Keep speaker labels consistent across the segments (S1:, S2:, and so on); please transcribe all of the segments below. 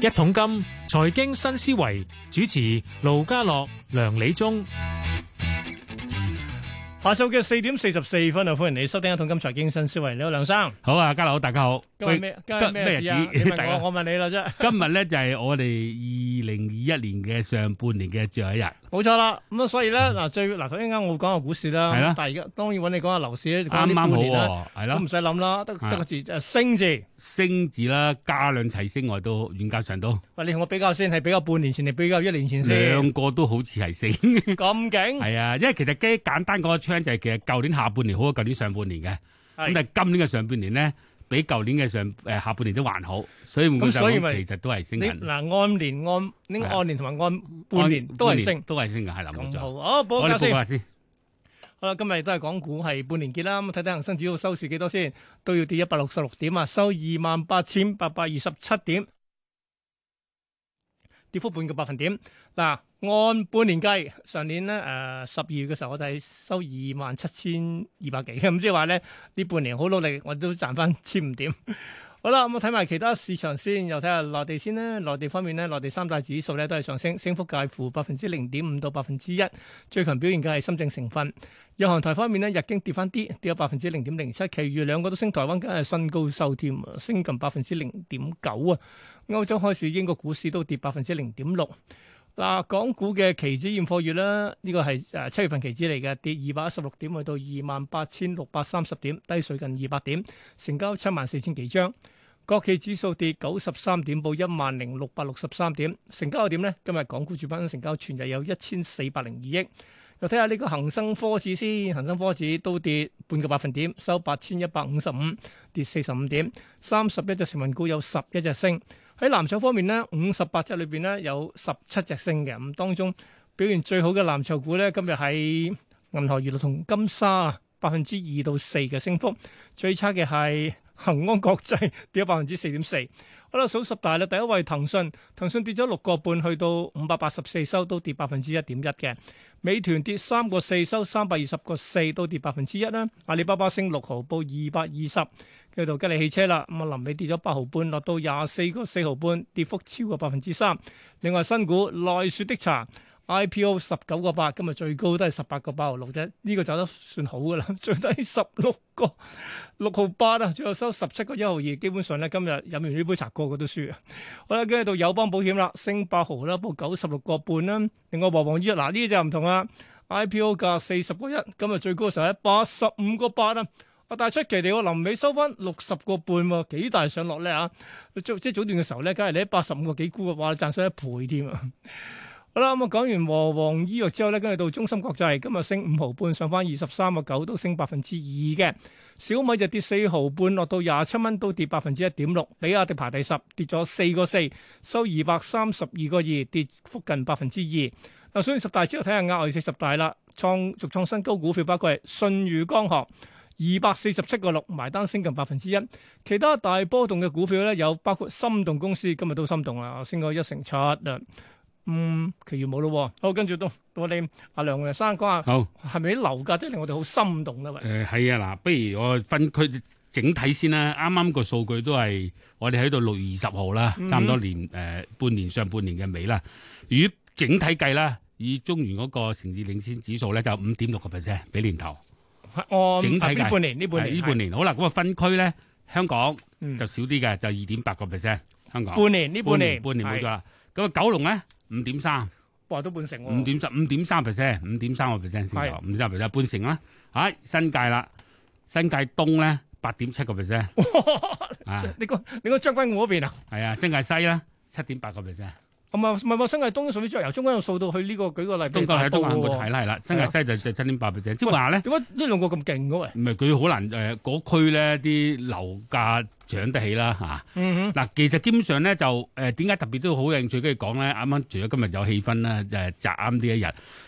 S1: 一桶金財經新思維主持盧家樂、梁理中。
S2: 下晝嘅四點四十四分啊，歡迎你收聽《一桶金財經新思維》。你好，梁生。
S3: 好啊，家樓大家好。
S2: 今日咩？今日咩日子啊？
S3: 今
S2: 你
S3: 日咩日子 大
S2: 問
S3: 家
S2: 我，我問你啦啫。
S3: 今日咧就係我哋二零二一年嘅上半年嘅最後一日。
S2: 冇錯啦。咁啊，所以咧嗱，最嗱頭先啱我講下股市啦。
S3: 係啦
S2: 但係而家當然揾你講下樓市咧，講
S3: 啱
S2: 呢
S3: 啱
S2: 半年啦，
S3: 好喎，係
S2: 都
S3: 咯
S2: 唔，使諗啦，得
S3: 係
S2: 得個字就係升字。
S3: 升字啦，加兩齊升，我都遠較上到
S2: 喂，你同我比較先，係比較半年前定比較一年前先？
S3: 兩個都好似係升，
S2: 咁勁
S3: 係啊，因為其實基簡單講個 trend 就係其實舊年下半年好過舊年上半年嘅，咁但
S2: 係
S3: 係今年嘅上半年咧比舊年嘅上誒下半年都還好，所以換句
S2: 咁所以
S3: 上
S2: 咪
S3: 講其實都係升
S2: 你
S3: 緊。
S2: 嗱，按年按呢
S3: 係
S2: 個
S3: 啊
S2: 按年同埋按半年都
S3: 半
S2: 係升，
S3: 都係升嘅，係啦，冇
S2: 咁好。
S3: 錯。
S2: 好，報
S3: 我哋
S2: 價
S3: 報
S2: 先。
S3: 下先。
S2: 好啦，今日都係港股係半年結啦，咁啊睇睇恒生指數收市幾多先，都要跌一百六十六點啊，收二萬八千八百二十七點，跌幅半個百分點。嗱，按半年計，上年咧誒十二月嘅時候，我哋係收二萬七千二百幾，咁即係話咧呢半年好努力，我都賺翻千五點。 好啦，咁啊我睇埋其他市場先，又睇下內地先啦。內地方面咧，內地三大指數咧都係上升，升幅介乎百分之零點五到百分之一。最強表現嘅係深證成分。日韓台方面咧，日經跌翻啲，跌咗百分之零點零七，其餘兩個都升，台灣梗係新高收添啊，升近百分之零點九啊。歐洲開市，英國股市都跌百分之零點六。嗱，港股嘅期指現貨月啦，呢個係誒七月份期指嚟嘅，跌二百一十六點，去到二萬八千六百三十點，低水近二百點，成交七萬四千幾張。國企指數跌九十三點，報一萬零六百六十三點，成交又點呢？今日港股主板成交全日有一千四百零二億。又睇下呢個恒生科指先，恒生科指都跌半個百分點，收八千一百五十五，跌四十五點。三十一隻成分股有十一隻升。喺藍籌方面呢，五十八隻裏邊呢有十七隻升嘅，咁當中表現最好嘅藍籌股呢，今日係銀河娛樂同金沙百分之二到四嘅升幅，最差嘅係恒安國際跌咗百分之四點四。好啦，數十大啦，第一位騰訊，騰訊跌咗六個半，去到五百八十四收，都跌百分之一點一嘅。美團跌三個四，收三百二十個四，都跌百分之一啦。阿里巴巴升六毫，報二百二十。跟住到吉利汽車啦，咁啊臨尾跌咗八毫半，落到廿四個四毫半，跌幅超過百分之三。另外新股奈雪的茶 IPO 十九個八，今日最高都係十八個八毫六啫，呢、個走得算好噶啦， 最低十六個六毫八啊，最後收十七個一毫二，基本上咧今日飲完呢杯茶個個都輸啊。好啦，跟住到友邦保險啦，升八毫啦，報九十六個半啦。另外和黃醫藥嗱呢啲就唔同啊啦，IPO 價四十個一，今日最高嘅時候係八十五個八啊。啊！但係出奇地喎，臨尾收翻六十個半喎，幾大上落咧嚇？早即係早段嘅時候咧，梗係你喺八十五個幾沽嘅話，賺上一倍添啊！好啦，咁啊講完和黃醫藥之後咧，跟住到中芯國際，今日升五毫半，上翻二十三個九，都升百分之二嘅。小米就跌四毫半，落到廿七蚊，都跌百分之一點六。比亞迪排第十，跌咗四個四，收二百三十二個二，跌幅近百分之二。嗱，所以十大之後睇下額外四十大啦，創續創新高股票包括係信譽光學。二百四十七個六埋單升近百分之一，其他大波動嘅股票咧有包括心動公司今日都心動啦，升咗一成七啊，嗯，其餘冇咯喎。好，跟住到到我哋阿梁生講下，
S3: 好。
S2: 係咪啲樓價真係令我哋好心動咧？喂，
S3: 誒係啊，嗱，不如我分區整體先啦。啱啱個數據都係我哋喺度六月二十號啦，
S2: 嗯
S3: 差唔多年誒、呃半年上半年嘅尾啦。如果整體計啦，以中原嗰個城市領先指數咧就五點六個 percent 比年頭。
S2: 按
S3: 整體
S2: 係呢
S3: 價
S2: 半年呢半
S3: 係
S2: 年
S3: 呢半年好啦，咁啊分區咧，香港
S2: 嗯
S3: 就少啲嘅，就二點八個 percent。香港
S2: 半年呢半年
S3: 半年冇
S2: 係
S3: 咗啦。咁啊九龍咧五點三。
S2: 哇都半成喎，
S3: 五點十五點三 percent，五點三個 percent 先
S2: 哦係
S3: 有，五點三 percent 半成啦。嚇、新界啦，新界東咧八點七個 percent，啊
S2: 你講你講將軍澳嗰邊啊？
S3: 係啊，新界西啦七點八個 percent，
S2: 唔係唔係唔係，新界東屬於由將軍澳掃到去呢個舉個例，
S3: 東角係東
S2: 大
S3: 眼
S2: 埔
S3: 門
S2: 喎
S3: 係啦係啦，新界西就就七點八 percent，即係話咧，
S2: 點解呢兩個咁勁嘅喂？
S3: 唔係佢好難誒嗰、區咧啲樓價搶得起啦嚇。
S2: 嗯
S3: 嗱，其實基本上咧就誒點解特別都好有興趣跟住講咧？啱啱除咗今日有氣氛啦，誒擲啱呢一日。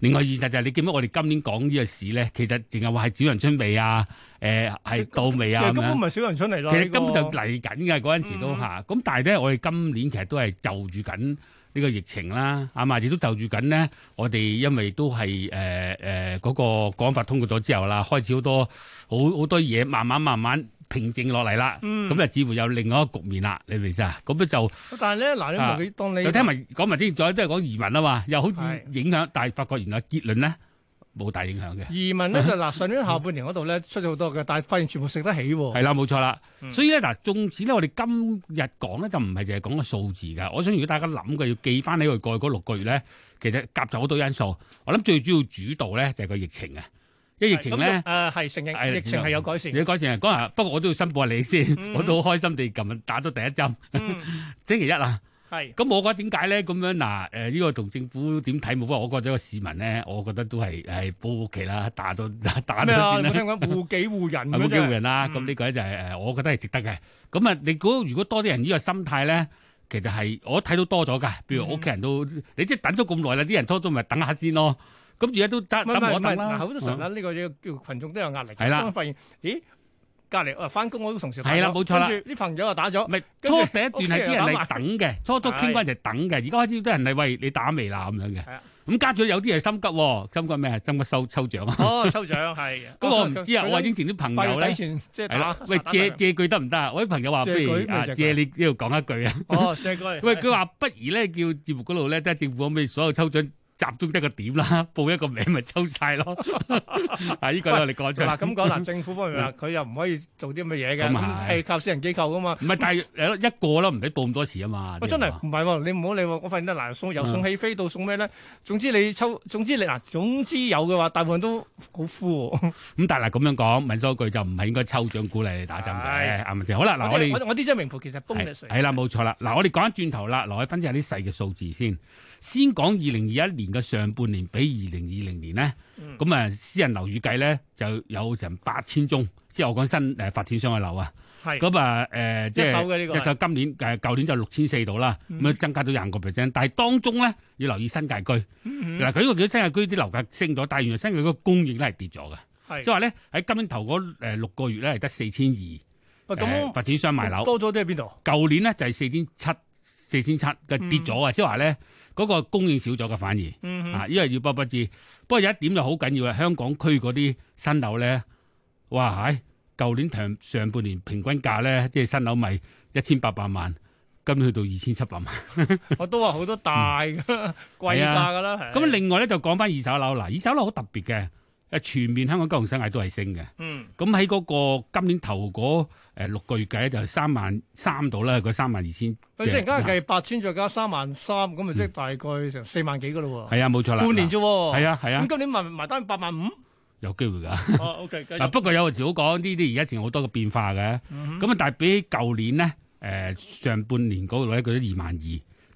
S3: 另外現實就係你見唔見我哋今年講呢個市咧，其實淨係話係小陽春未啊，誒係到未
S2: 哼，其實
S3: 啊咁
S2: 根本唔
S3: 樣。
S2: 係小人出嚟
S3: 其
S2: 咯，
S3: 實根本
S2: 呢個嗯
S3: 就嚟緊嘅嗰陣時都嚇。咁但係咧，我哋今年其實都係就住緊呢呢個疫情啦，啊嘛，亦都就住緊呢。我哋因為都係誒誒嗰個《港法》通過咗之後啦，開始好多好好多嘢，慢慢慢慢平靜落嚟啦。
S2: 嗯
S3: 咁就似乎有另外一個局面啦，你明唔明啊？咁樣就
S2: 但係咧，嗱，你望佢當你
S3: 又聽埋講埋啲，仲有都係講移民啊嘛，又好似
S2: 係
S3: 影響，但係發覺原來結論咧冇大影響嘅。
S2: 移民咧就嗱，上年下半年嗰度咧出咗好多嘅，但係發現全部食得起喎。
S3: 係啦，冇錯啦。
S2: 嗯
S3: 所以咧嗱，縱使咧我哋今日講咧就唔係淨係講個數字㗎。我想如果大家諗嘅要記翻起佢過去嗰六個月咧，其實夾雜好多因素。我諗最主要主導咧就係個疫情啊，因為疫情咧。
S2: 誒係嗯承
S3: 係
S2: 認
S3: 啦
S2: 疫情係有改善。
S3: 你改成講下，不過我都要申報下你先，
S2: 嗯
S3: 我都好開心地琴日打咗第一針，
S2: 嗯，
S3: 星期一啊。
S2: 係
S3: 咁我覺得點解咧？咁樣嗱，誒呢個同政府點睇冇關，我覺得個市民咧，我覺得都係誒保屋企啦，打咗 打咗
S2: 咩啊？
S3: 先
S2: 你冇。
S3: 啦
S2: 聽講護己護 人
S3: 係冇
S2: 咁
S3: 機會
S2: 啫。
S3: 人啦，
S2: 嗯
S3: 咁呢個咧就係誒，我覺得係值得嘅。咁啊，你估如果多啲人呢個心態咧，其實係我睇到多咗㗎。譬如
S2: 嗯
S3: 我屋企人都，你即係等咗咁耐啦，啲人拖咗咪等下先咯。咁而家都 得
S2: 唔係唔
S3: 等
S2: 係
S3: 我
S2: 唔係
S3: 等
S2: 嗱，
S3: 啦嗯
S2: 好。多時候咧，呢個嘢叫群眾都有壓力嘅。
S3: 係啦
S2: 當發現咦，隔離啊翻工我都同事打咗
S3: 係啦冇錯啦嗯
S2: 跟住啲朋友又打咗
S3: 唔，係
S2: 跟
S3: 初
S2: 住
S3: 第一段係啲人嚟等嘅，初初傾關就係等嘅，而家開始啲人係喂你打未啦咁樣
S2: 係啊
S3: 嘅。咁加咗有啲係心急喎，心急咩啊？心急收抽 獎啊！
S2: 哦，抽獎係。 哦
S3: 咁我唔知啊，
S2: 佢
S3: 我話以前啲朋
S2: 八
S3: 友
S2: 月底
S3: 咧。
S2: 前即係
S3: 係啦
S2: 打，
S3: 喂
S2: 打
S3: 借
S2: 打
S3: 借句得唔得啊？我啲朋友話不
S2: 借句
S3: 如
S2: 咪
S3: 啊
S2: 借句
S3: 借你呢度講一句啊。
S2: 哦，借句。
S3: 喂，佢話不如咧叫節目嗰度咧，睇下政府可唔可以所有抽獎集中得個點啦， 報一個名咪抽晒咯。 啊，呢個咧我哋講出
S2: 嗱
S3: 嚟。
S2: 咁 講嗱，政府方面話佢又唔可以做啲咁嘅嘢嘅，
S3: 咁啊
S2: 咁
S3: 係
S2: 係靠私人機構噶嘛。
S3: 唔係，但係係咯一個咯，唔使報咁多次啊嗯嘛。
S2: 喂，真係唔係喎！你唔好理喎，我發現得嗱，送由送起飛到送咩咧？總之你抽，總之你嗱，總之有嘅話，大部分都好敷喎。
S3: 咁，但係嗱咁樣講，問多句就唔係應該抽獎鼓勵你打針嘅，
S2: 係
S3: 啱唔啱先？好啦，嗱我 哋
S2: 我啊我啲真係名副其實 bonus 嚟
S3: 係啦，冇錯啦。嗱，我哋講一轉頭啦，嗱，我分析下啲細嘅數字先。先講二零二一年嘅上半年比二零二零年呢，
S2: 嗯
S3: 咁啊、私人樓宇計咧就有成八千宗，即係我講新誒發展商嘅樓啊。
S2: 係
S3: 咁啊誒，即
S2: 一手
S3: 係
S2: 嘅呢個
S3: 一手今年誒舊年就六千四度啦，咁
S2: 嗯
S3: 樣增加到廿個 percent。但係當中咧要留意新界區，
S2: 嗯
S3: 嗱佢呢個叫新界區啲樓價升咗，但係原來新界區個供應咧係跌咗嘅，
S2: 係
S3: 即係話咧喺今年頭嗰誒六個月咧係得四千二
S2: 喂
S3: 誒
S2: 咁
S3: 發展商賣樓，
S2: 多咗啲喺邊度？
S3: 舊年咧就係四千七四千七嘅
S2: 嗯
S3: 跌咗啊，即係話咧嗰個供應少咗嘅反而
S2: 嗯哼
S3: 啊，因為要不不知。不過有一點就好緊要啊，香港區嗰啲新樓咧，哇唉，舊年上上半年平均價咧，即係新樓咪一千八百萬，今年去到二千七百萬。
S2: 我都話好多大嘅 貴價㗎啦。係
S3: 嗯啊咁另外咧就講翻二手樓嗱，二手樓好特別嘅，誒全面香港金融新界都係升嘅。
S2: 嗯
S3: 咁喺嗰個今年頭嗰誒六個月計就三萬三到啦，嗰三萬二千。
S2: 佢即係而家計八千再加三萬三，咁咪即係大概成四萬幾㗎咯喎。
S3: 嗯係啊，冇錯啦。
S2: 半年啫喎。
S3: 係啊係啊
S2: 咁，今年埋埋單八萬 五。
S3: 有機會㗎。
S2: 哦，OK，繼
S3: 嗱，
S2: 續。
S3: 不過有陣時好講呢啲，而家仲有好多嘅變化嘅。咁啊、
S2: 嗯
S3: 但係比起舊年咧，誒、上半年嗰度咧，佢都二萬二，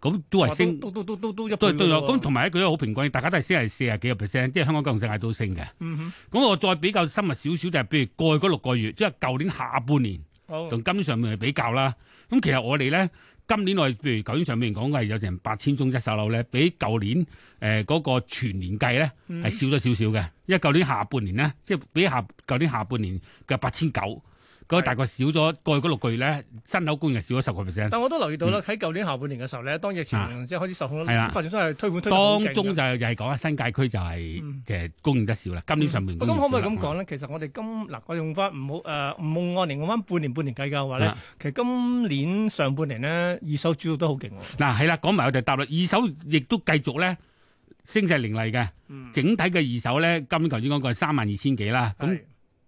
S3: 咁都係升，
S2: 都都都都都一倍
S3: 都係都有。
S2: 㗎喎
S3: 咁同埋咧，佢都好平均，大家都係升係四啊幾個 percent，即係香港金融世界都升嘅。
S2: 嗯哼
S3: 咁我再比較深入少少，就係譬如過去嗰六個月，即係舊年下半年
S2: 好
S3: 同今年上半年比較啦。咁其實我哋咧。今年我哋譬如舊年上半年講嘅係有成八千宗一手樓咧，比舊年誒嗰、個全年計咧
S2: 嗯
S3: 係少咗少少嘅，因為舊年下半年咧，即係比下舊年下半年嘅八千九，嗰
S2: 係
S3: 大概少咗過去嗰六個月咧，新樓供應係少咗十個 percent。
S2: 但我都留意到啦，喺舊年下半年嘅時候咧，當疫情
S3: 嗯啊
S2: 即係開始受控
S3: 係啦
S2: 啦，發展商係推盤推得好勁
S3: 當
S2: 㗎
S3: 中就係就係講啊，新界區就係
S2: 嗯
S3: 其實供應得少啦，今年上半年
S2: 咁
S3: 供應
S2: 可唔
S3: 少
S2: 可以
S3: 啦
S2: 咁？講咧？其實我哋今嗱，我用翻唔好誒，唔好按年，按翻半年半年計較嘅話咧
S3: 啊，
S2: 其實今年上半年咧，二手主導都好勁喎。
S3: 嗱係啦，講埋我就答啦，二手亦都繼續咧升勢凌厲嘅，
S2: 嗯，
S3: 整體嘅二手咧，今年頭先講過係三萬二千幾啦，咁
S2: 係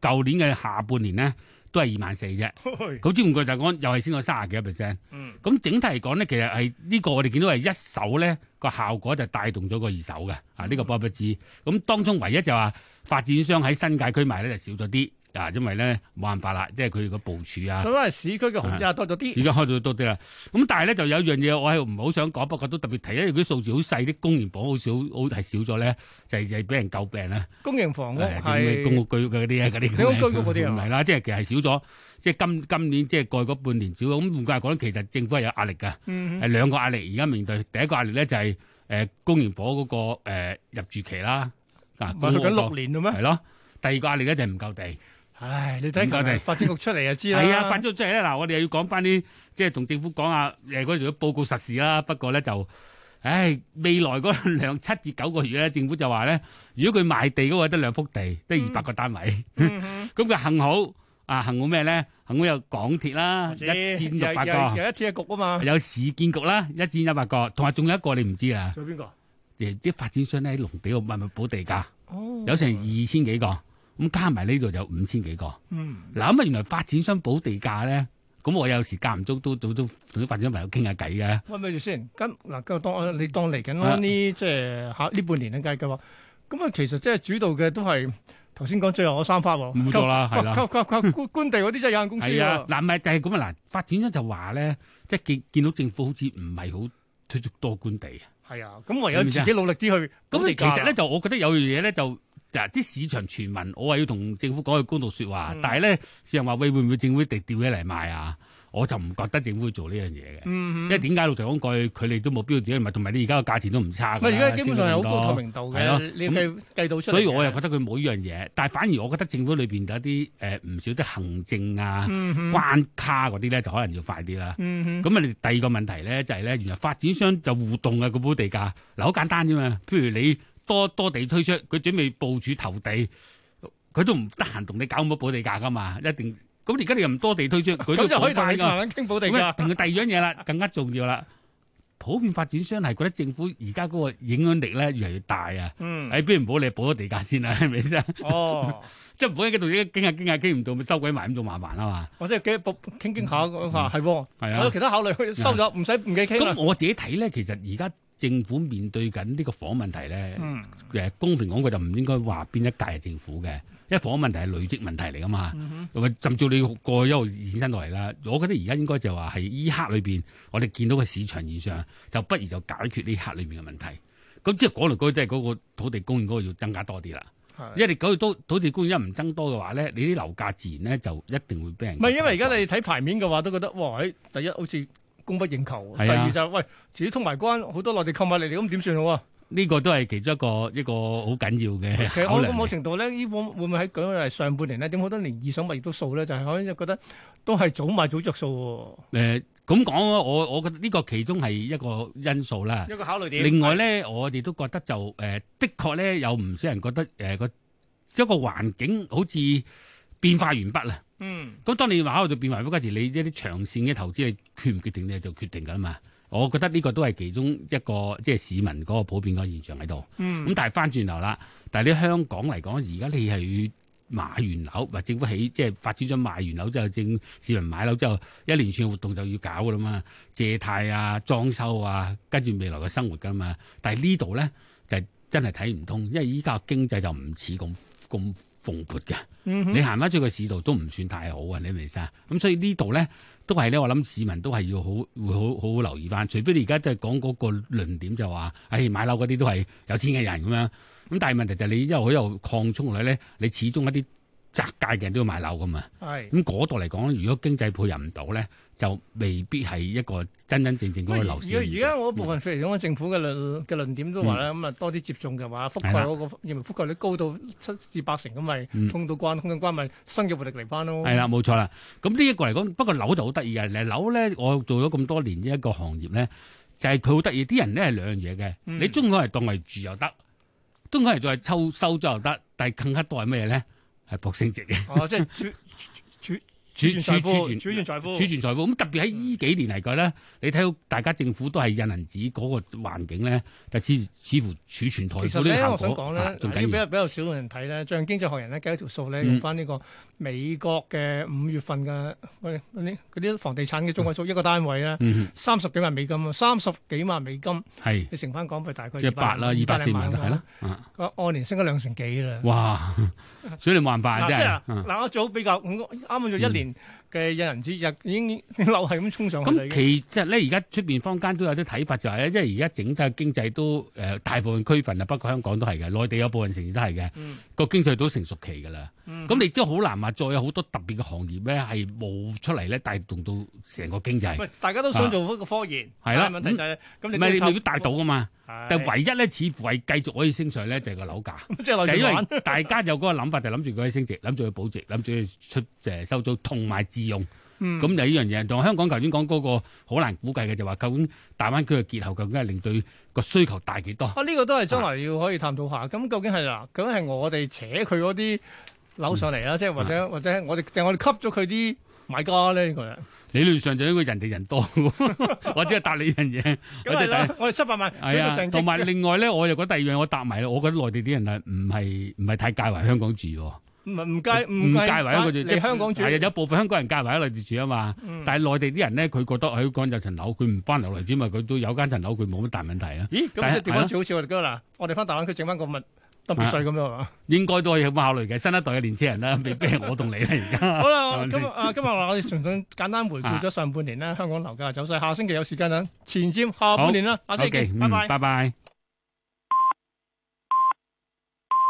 S3: 舊年嘅下半年咧都係二萬四啫， 咁只換句就講又係升咗三十幾個 percent。
S2: 嗯
S3: 咁整體嚟講咧，其實係呢個我哋見到係一手咧個效果就帶動咗個二手嘅啊，呢、
S2: 嗯
S3: 個不得不知。咁當中唯一就話發展商喺新界區賣咧就少咗啲啊，因為咧冇辦法啦，即係佢個部署啊，
S2: 咁係市區嘅豪宅多咗
S3: 而
S2: 啲。
S3: 家開到多啲啦。咁但係咧就有一樣嘢我係唔係好想講，不過都特別提，因為佢啲數字好細，啲公營房好少，好係少咗咧，就係、就係俾人詬病啦。
S2: 公營房屋
S3: 誒政府公
S2: 係
S3: 屋居嗰啲啊，嗰啲
S2: 你講居屋嗰啲啊
S3: 唔係啦，即係其實係少咗，即係今今年即係過去嗰半年少咗。咁換句話講，其實政府係有壓力㗎。
S2: 嗯
S3: 係兩個壓力，而家面對第一個壓力咧就係、誒公營房嗰個、誒入住期啦，嗱
S2: 唔係去緊六年嘞咩？
S3: 係咯。第二個壓力咧就係唔夠地，
S2: 唉，你睇
S3: 唔該
S2: 琴
S3: 你
S2: 日發展局出嚟就知啦。
S3: 係啊，發咗出嚟咧嗱，我哋又要講翻啲即係同政府講下誒嗰條報告實事啦。不過咧就唉，未來嗰兩七至九個月咧，政府就話咧，如果佢賣地嗰個得兩幅地，得二百個單位，咁佢、幸好啊，幸好咩咧？幸好有港鐵啦，
S2: 我
S3: 一
S2: 知
S3: 千六百
S2: 又又
S3: 個，
S2: 又一次一局啊嘛，
S3: 有市建局啦，一千一百個，同埋仲有一個你唔知啊，
S2: 仲有邊個？
S3: 誒啲發展商咧喺農地度咪咪補地價，
S2: 哦，
S3: 有成二千幾個，咁加埋呢度就五千幾個。
S2: 嗯，
S3: 嗱咁啊，原來發展商補地價咧，咁我有時間唔中都都都同啲發展商朋友傾下偈嘅。
S2: 喂，咪住先，咁嗱，咁當你當嚟緊啦，
S3: 啊
S2: 呢即係下呢半年啊嘅計嘅話，咁啊，其實即係主導嘅都係頭先講最後嗰三花喎，
S3: 冇錯啦，係啦。
S2: 靠，靠靠靠官官地嗰啲真係有限公司
S3: 係啊
S2: 喎，，
S3: 嗱，咪就係咁啊！嗱，發展商就話咧，即係見見到政府好似唔係好推出多官地，
S2: 係啊，咁唯有自己努力啲去
S3: 咁
S2: 你
S3: 你其實咧就我覺得有樣嘢咧就嗱啲市場傳聞，我話要同政府講句公道説話，
S2: 嗯
S3: 但係咧市場話喂會唔會政府地調起嚟賣啊？我就唔覺得政府會做呢樣嘢嘅，
S2: 嗯，嗯
S3: 因為點解老實講句，佢哋都冇標準，唔係同埋你而家個價錢都唔差㗎
S2: 唔係
S3: 啦。
S2: 而家基本上係好高透
S3: 啊升咗咁多
S2: 明度
S3: 係咯
S2: 嘅，你要計計到出嚟嘅，
S3: 所以我又覺得佢冇呢樣嘢，但係反而我覺得政府裏邊有一啲誒唔少啲行政啊、
S2: 嗯哼
S3: 關卡嗰啲咧，就可能要快啲啦。
S2: 嗯哼
S3: 咁啊，你第二個問題咧就係、咧，原來發展商就互動嘅個補地價，嗱好簡單啫嘛。譬如你多多地推出，佢準備部署投地，佢都唔得閒同你搞咁多補地價噶嘛，一定。咁而家你又唔多地推出，佢都
S2: 咁就可以同
S3: 補翻
S2: 你
S3: 噶
S2: 慢。慢傾保地
S3: 咁啊
S2: 價，
S3: 定佢第二樣嘢啦，更加重要啦。普遍發展商係覺得政府而家嗰個影響力咧越嚟越大啊！
S2: 嗯，
S3: 誒，不如唔好你補咗地價先啦，係咪先？
S2: 哦。
S3: 即係唔好喺度傾下傾下傾唔到，咪收鬼埋咁仲麻煩啊嘛。
S2: 或者幾步傾傾下，我話係喎，
S3: 係
S2: 我有
S3: 啊。
S2: 其他考慮，收咗唔使唔記傾啦
S3: 咁。我自己睇咧，其實而家政府面對緊呢個房問題咧，誒、
S2: 嗯，
S3: 公平呃講，佢就唔應該話邊一屆係政府嘅，因為房問題係累積問題嚟噶嘛。
S2: 嗯
S3: 又或甚至你過去一路衍生落嚟啦，我覺得而家應該就話係依刻裏邊，我哋見到個市場現象，就不如就解決呢刻裏面嘅問題。咁即係講嚟講去都係嗰個土地供應嗰個要增加多啲啦。因
S2: 係
S3: 為你九月都土地供應一唔增多嘅話咧，你啲樓價自然咧就一定會俾人
S2: 唔係因為而家你睇牌面嘅話，都覺得哇，喺第一好似供不應求，第
S3: 係啊
S2: 二就係喂自己通埋關，好多內地購買嚟，咁點算好啊？
S3: 呢個都係其中一個一個好緊要嘅
S2: 其實
S3: 考
S2: 我
S3: 量
S2: 某
S3: 嚟。
S2: 程度咧，呢會會唔會喺舉例上半年咧，點好多年二手物業都掃咧，就係可能覺得都係早買早着數
S3: 誒咁講啊，我我覺得呢個其中係一個因素啦
S2: 喎，。一個考慮點。
S3: 另外咧，我哋都覺得就誒、的確咧有唔少人覺得誒個、一個環境好似變化完畢啦。
S2: 嗯，
S3: 咁當你考慮到變化完畢嗰時，你一啲長線嘅投資，你決唔決定你就決定㗎啦嘛。我覺得呢個都係其中一個即係市民嗰個普遍嗰個現象喺度。
S2: 嗯
S3: 咁但係翻轉頭啦，但係你香港嚟講，而家你係要買完樓，或政府起即係發展商賣完樓之後，政市民買樓之後，一連串嘅活動就要搞噶啦嘛，借貸啊、裝修啊，跟住未來嘅生活噶嘛。但係呢度咧就真係睇唔通，因為依家經濟就唔似咁咁蓬勃嘅。
S2: 嗯哼
S3: 你行翻出個市道都唔算太好啊，你明唔明先啊？咁所以呢度咧都係咧，我諗市民都係要好會好好好留意翻，除非你而家都係講嗰個論點就話，唉、買樓嗰啲都係有錢嘅人咁樣。咁但係問題就係你一路一路擴充落去咧，你始終一啲窄界嘅人都要買樓噶嘛。
S2: 係。
S3: 咁嗰度嚟講，如果經濟配合唔到咧，就未必係一個真真正正嗰個樓市
S2: 而
S3: 嘅現
S2: 而
S3: 象。
S2: 家我部分譬如講政府嘅論嘅論點都話咧，咁啊多啲接種嘅話，覆蓋嗰個認為覆蓋率高到七至八成咁，咪
S3: 嗯
S2: 通到關，通到關咪新嘅活力嚟翻咯。
S3: 係啦，冇錯啦。咁呢一個嚟講，不過樓就好得意嘅。嗱，樓咧，我做咗咁多年呢一個行業咧，就係佢好得意。啲人咧係兩樣嘢嘅，
S2: 嗯
S3: 你中港人當係住又得，中港人當係抽收咗又得，但係更加多係咩咧？係博 升值嘅，
S2: 哦，即係儲儲儲儲儲儲
S3: 儲
S2: 存財富，
S3: 儲
S2: 儲存財富，嗯
S3: 儲存財富。咁特別喺依幾年嚟講咧，你睇到大家政府都係印銀紙嗰個環境咧，就似似乎儲
S2: 其
S3: 存財
S2: 實
S3: 富呢個
S2: 咧，
S3: 效
S2: 我想
S3: 果
S2: 講
S3: 啊
S2: 咧，
S3: 仲
S2: 嗱
S3: 緊
S2: 呢比
S3: 要。
S2: 較比較少人睇咧，像經濟學人咧計一條數咧，
S3: 嗯
S2: 用翻呢個美國嘅五月份嘅嗰啲嗰啲嗰啲房地產嘅中位數一個單位咧，
S3: 嗯，
S2: 三十幾萬美金啊，三十幾萬美金，
S3: 係
S2: 你乘翻港幣大概
S3: 即係八啦，二百四萬
S2: 就
S3: 就係啦。，啊
S2: 個按年升咗兩成幾啦。
S3: 哇！ 所以你冇辦
S2: 嗱，即
S3: 法真係
S2: 係
S3: 啊。
S2: 嗱，我最好比較，我啱啱咗一年嘅有人指日已經 樓係咁衝上去啦。已經
S3: 咁其實咧，而家出邊坊間都有啲睇法，就係咧，因為而家整體嘅經濟都誒、呃大部分區份啊，包括香港都係嘅，內地有部分城市都係嘅，
S2: 嗯
S3: 個經濟都成熟期㗎啦。
S2: 嗯
S3: 咁、你都好難話再有好多特別嘅行業咧係冒出嚟咧，帶動到成個經濟，
S2: 喂，大家都想做一個科研，
S3: 係啦
S2: 但問題就係咁
S3: 唔
S2: 你哦
S3: 係你
S2: 都要
S3: 未必帶到㗎嘛。
S2: 靠，係
S3: 但係唯一咧，似乎係繼續可以升上咧，就係個樓價。
S2: 咁 即係
S3: 就
S2: 內
S3: 係
S2: 地
S3: 因
S2: 哦玩，
S3: 為大家有嗰個諗法，就係諗住佢可以升值，諗住佢保值，諗住佢出誒收租，同埋自用。
S2: 嗯
S3: 咁就呢樣嘢，同香港頭先講嗰個好難估計嘅，就話究竟大灣區嘅結合究竟係令對個需求大幾多？
S2: 啊，呢、個都係將來要可以探討下。咁究竟係嗱，究竟係我哋扯佢嗰啲樓上嚟啦，即係或者或者係我哋定我哋吸咗佢啲買家咧？呢個人
S3: 理論上就應該人哋 人多，或者係答你呢樣嘢，或
S2: 咁係
S3: 者
S2: 啦，我哋七百萬，
S3: 係
S2: 佢
S3: 啊，
S2: 成
S3: 同埋
S2: 億
S3: 另外咧，我又覺得第二樣我答埋啦，我覺得內地啲人係唔係唔係太介懷香港住喎，
S2: 唔唔介
S3: 唔
S2: 唔
S3: 介懷一個字，
S2: 嚟香港住
S3: 係啊，有部分香港人介懷喺內地住啊嘛，
S2: 嗯
S3: 但係內地啲人咧，佢覺得哎喺香港有層樓，佢唔翻嚟住嘛，佢都有間層樓，佢冇乜大問題啊，
S2: 咦，
S3: 但
S2: 咁
S3: 係
S2: 即係調翻轉好似我哋嗰嗱，我哋翻大灣區整翻個物特別税咁樣啊！
S3: 應該都係有考慮嘅，新一代嘅年青人啦，未必係我同你啦而家。
S2: 好啦，
S3: 係咪
S2: 今
S3: 先
S2: 日啊，今日我哋純粹簡單回顧咗上半年啦，香港樓價嘅走勢。下星期有時間啦，前瞻下半年啦，下星期
S3: OK，
S2: 見，
S3: 嗯
S2: 拜拜。
S3: 拜拜。